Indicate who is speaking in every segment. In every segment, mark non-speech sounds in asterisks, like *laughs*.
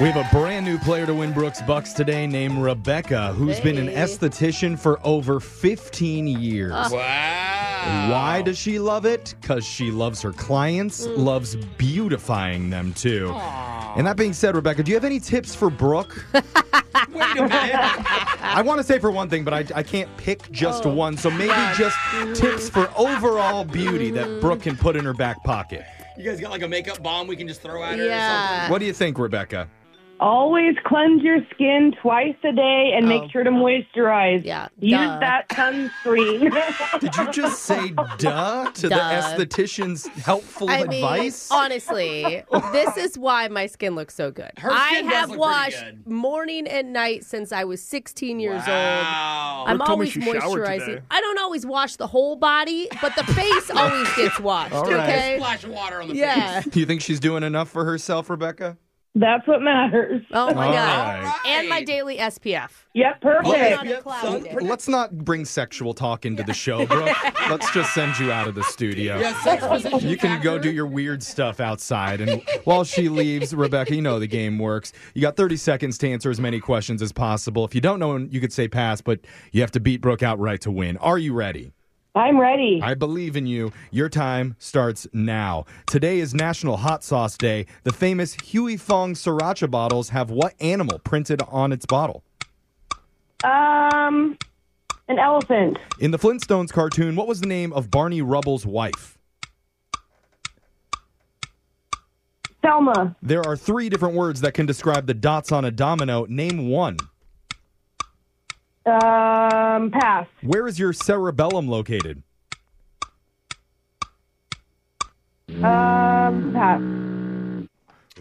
Speaker 1: We have a brand new player to win Brooks Bucks today named Rebecca, who's been an
Speaker 2: Hey.
Speaker 1: esthetician for over 15 years.
Speaker 3: Wow.
Speaker 1: Why does she love it? Because she loves her clients, loves beautifying them too. And that being said, Rebecca, do you have any tips for Brooke?
Speaker 3: Wait a minute.
Speaker 1: I want to say for one thing, but I, I can't pick just
Speaker 2: Oh.
Speaker 1: one. So maybe just tips for overall beauty that Brooke can put in her back pocket.
Speaker 3: you guys got like a makeup bomb we can just throw at her or
Speaker 2: Yeah.
Speaker 1: What do you think, Rebecca?
Speaker 4: Always cleanse your skin twice a day and
Speaker 2: Oh.
Speaker 4: make sure to moisturize.
Speaker 2: Yeah,
Speaker 4: Use
Speaker 2: duh.
Speaker 4: that sunscreen. *laughs*
Speaker 1: Did you just say duh to the
Speaker 2: Duh.
Speaker 1: esthetician's helpful
Speaker 2: I mean,
Speaker 1: advice? *laughs*
Speaker 2: honestly, this is why my skin looks so good.
Speaker 3: Her
Speaker 2: I
Speaker 3: skin does
Speaker 2: have
Speaker 3: look pretty
Speaker 2: washed
Speaker 3: good.
Speaker 2: morning and night since I was 16 years
Speaker 3: something?
Speaker 2: old.
Speaker 3: Wow.
Speaker 2: I'm
Speaker 5: told me
Speaker 2: always
Speaker 5: she showered
Speaker 2: moisturizing.
Speaker 5: today.
Speaker 2: I don't always wash the whole body, but the
Speaker 1: *laughs*
Speaker 2: face always gets washed.
Speaker 1: right.
Speaker 2: Okay.
Speaker 3: Splash of water on the
Speaker 2: Yeah.
Speaker 3: face.
Speaker 1: do you think she's doing enough for herself, Rebecca?
Speaker 4: That's what matters.
Speaker 2: Oh my
Speaker 1: All
Speaker 2: god.
Speaker 1: right.
Speaker 2: And my daily SPF.
Speaker 4: Yep,
Speaker 2: Going
Speaker 4: perfect.
Speaker 2: on a cloud day.
Speaker 1: Let's not bring sexual talk into the show, Brooke. Let's just send you out of the studio.
Speaker 3: Yeah, sex position
Speaker 1: You can go do your weird stuff outside. And while she leaves, Rebecca, you know the game works. You got 30 seconds to answer as many questions as possible. If you don't know, you could say pass, but you have to beat Brooke outright to win. Are you ready?
Speaker 4: I'm ready.
Speaker 1: I believe in you. Your time starts now. Today is National Hot Sauce Day. The famous Huey Fong Sriracha bottles have what animal printed on its bottle?
Speaker 4: Um, an elephant.
Speaker 1: In the Flintstones cartoon, what was the name of Barney Rubble's wife?
Speaker 4: Selma.
Speaker 1: There are three different words that can describe the dots on a domino. Name one.
Speaker 4: Um, pass.
Speaker 1: Where is your cerebellum located?
Speaker 4: Um, pass.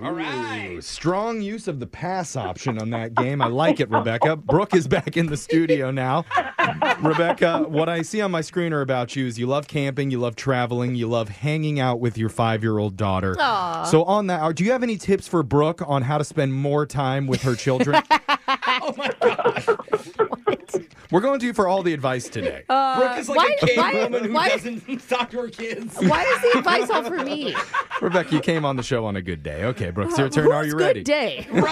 Speaker 3: All right.
Speaker 1: Strong use of the pass option on that game. I like it, Rebecca. Brooke is back in the studio now. Rebecca, what I see on my screen are about you is you love camping, you love traveling, you love hanging out with your five year old daughter.
Speaker 2: Aw.
Speaker 1: So, on that, do you have any tips for Brooke on how to spend more time with her
Speaker 2: *laughs*
Speaker 1: children?
Speaker 3: Oh my gosh.
Speaker 1: We're going to you for all the advice today.
Speaker 2: Uh,
Speaker 3: Brooke is like
Speaker 2: why-
Speaker 3: a gay
Speaker 2: why-
Speaker 3: woman who
Speaker 2: why-
Speaker 3: doesn't *laughs* talk to her kids.
Speaker 2: Why is the advice all for me?
Speaker 1: *laughs* Rebecca, you came on the show on a good day. Okay, Brooke, it's your turn. Are
Speaker 2: Who's
Speaker 1: you
Speaker 2: good
Speaker 1: ready?
Speaker 2: day.
Speaker 3: Roast,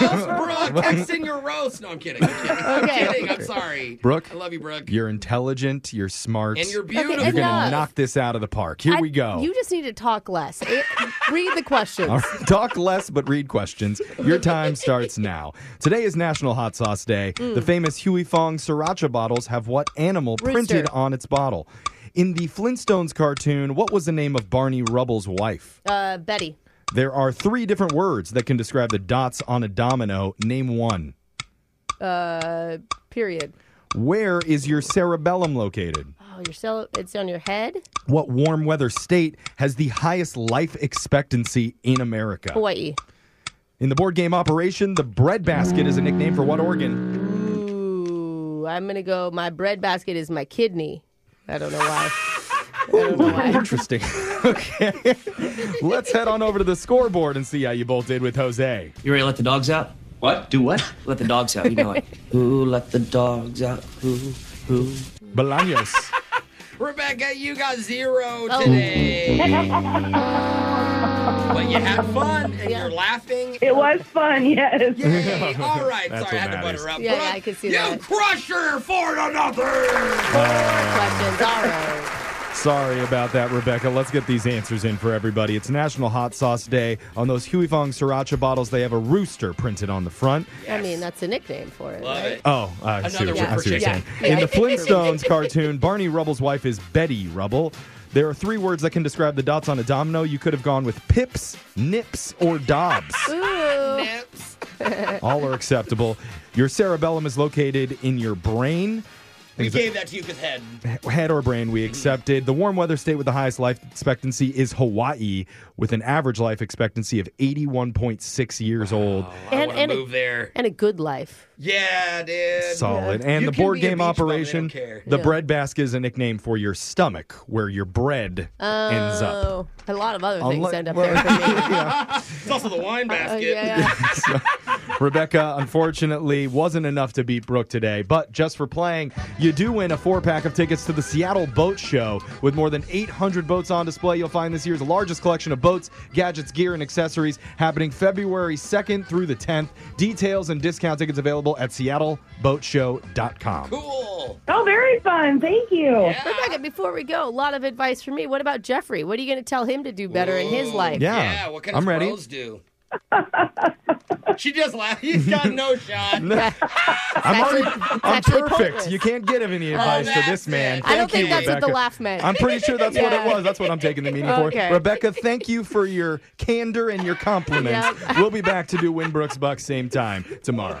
Speaker 3: Brooke. Text in your roast. No, I'm kidding. I'm kidding. I'm,
Speaker 2: Okay.
Speaker 3: kidding. I'm sorry.
Speaker 1: Brooke,
Speaker 3: I love you, Brooke.
Speaker 1: You're intelligent, you're smart.
Speaker 3: and you're
Speaker 2: and
Speaker 3: beautiful.
Speaker 1: You're gonna
Speaker 2: Enough.
Speaker 1: knock this out of the park. Here
Speaker 2: I-
Speaker 1: we go.
Speaker 2: You just need to talk less. Eh, read the questions.
Speaker 1: All right, Talk less but read questions. Your time starts now. Today is National Hot Sauce Day. The famous Huey Fong sriracha bottles have what animal printed
Speaker 2: Mm. Rooster.
Speaker 1: on its bottle? In the Flintstones cartoon, what was the name of Barney Rubble's wife?
Speaker 2: Uh, Betty.
Speaker 1: There are three different words that can describe the dots on a domino. Name one.
Speaker 2: Uh, period.
Speaker 1: Where is your cerebellum located?
Speaker 2: Oh, your cell. It's on your head.
Speaker 1: What warm weather state has the highest life expectancy in America?
Speaker 2: Hawaii.
Speaker 1: In the board game Operation, the breadbasket is a nickname for what organ?
Speaker 2: Ooh, I'm gonna go. My bread basket is my kidney. I don't know why. I don't know why.
Speaker 1: Interesting. *laughs* okay. Let's head on over to the scoreboard and see how you both did with Jose.
Speaker 6: You ready to let the dogs out?
Speaker 7: What? Do what?
Speaker 6: Let the dogs out. You know it. Who let the dogs out? Who? Who?
Speaker 1: Bolaños.
Speaker 3: Rebecca, you got zero
Speaker 1: *laughs*
Speaker 2: Oh.
Speaker 3: today. but you had fun and you're
Speaker 1: *laughs*
Speaker 3: laughing.
Speaker 4: It was fun, *laughs* yes.
Speaker 3: Yay. All right,
Speaker 1: That's
Speaker 3: sorry, I had
Speaker 1: what
Speaker 3: to butter
Speaker 1: matters.
Speaker 3: up.
Speaker 2: Yeah,
Speaker 3: Brooke,
Speaker 2: yeah, I can see
Speaker 3: you
Speaker 2: that.
Speaker 3: crushed her four to nothing.
Speaker 2: Questions. All right.
Speaker 1: Sorry about that, Rebecca. Let's get these answers in for everybody. It's National Hot Sauce Day. On those Huey Fong sriracha bottles, they have a rooster printed on the front.
Speaker 2: I mean, that's a nickname for it.
Speaker 3: Love
Speaker 2: right?
Speaker 3: it.
Speaker 1: Oh, I see,
Speaker 3: Another
Speaker 1: what, I
Speaker 3: word
Speaker 1: see what you're
Speaker 3: for
Speaker 1: saying.
Speaker 3: chicken.
Speaker 1: In the
Speaker 2: Yeah.
Speaker 1: Flintstones cartoon, Barney Rubble's wife is Betty Rubble. There are three words that can describe the dots on a domino. You could have gone with pips, nips, or dobs.
Speaker 2: Ooh.
Speaker 3: Nips.
Speaker 1: *laughs* All are acceptable. Your cerebellum is located in your brain.
Speaker 3: We gave that to you because head.
Speaker 1: Head or brain, we accepted. The warm weather state with the highest life expectancy is Hawaii, with an average life expectancy of 81.6 years old.
Speaker 3: I
Speaker 2: And-
Speaker 3: want to
Speaker 2: and it-
Speaker 3: move there.
Speaker 2: And a good life.
Speaker 3: Yeah, dude.
Speaker 1: Solid. And
Speaker 3: You
Speaker 1: the
Speaker 3: can
Speaker 1: board
Speaker 3: be a beach
Speaker 1: game
Speaker 3: bum, they
Speaker 1: operation,
Speaker 3: don't care.
Speaker 1: the bread basket is a nickname for your stomach, where your bread ends up.
Speaker 2: Oh, a lot of other things
Speaker 1: Unless-
Speaker 2: end up
Speaker 1: well,
Speaker 2: there for me.
Speaker 1: *laughs*
Speaker 3: It's also the wine
Speaker 2: Oh,
Speaker 3: basket.
Speaker 2: yeah, yeah.
Speaker 1: So, Rebecca, unfortunately, wasn't enough to beat Brooke today, but just for playing, you do win a four pack of tickets to the Seattle Boat Show. With more than 800 boats on display, you'll find this year's largest collection of boats, gadgets, gear, and accessories happening February 2nd through the 10th. Details and discount tickets available at seattleboatshow.com.
Speaker 3: Cool.
Speaker 4: Oh, very fun. Thank you.
Speaker 2: Rebecca, before we go, a lot of advice for me. What about Jeffrey? What are you going to tell him to do better in his
Speaker 3: Ooh,
Speaker 2: life?
Speaker 1: Yeah.
Speaker 3: Oh. Yeah, what can
Speaker 1: I'm
Speaker 3: his
Speaker 1: ready.
Speaker 3: bros do? she just laughed. He's got
Speaker 1: *laughs*
Speaker 3: no shot.
Speaker 1: I'm, already,
Speaker 2: actually-
Speaker 1: I'm
Speaker 2: it's actually
Speaker 1: perfect.
Speaker 2: pointless.
Speaker 1: You can't give any advice to this
Speaker 3: that's
Speaker 1: man.
Speaker 3: it.
Speaker 2: Oh, I don't
Speaker 1: Thank
Speaker 2: think
Speaker 1: you,
Speaker 2: that's what the
Speaker 1: Rebecca.
Speaker 2: laugh meant.
Speaker 1: I'm pretty sure that's what it
Speaker 2: Yeah.
Speaker 1: was. That's what I'm taking the meaning
Speaker 2: Okay.
Speaker 1: for. Rebecca, thank you for your candor and your compliments.
Speaker 2: *laughs* Yep.
Speaker 1: We'll be back to do Winbrook's Bucks same time tomorrow.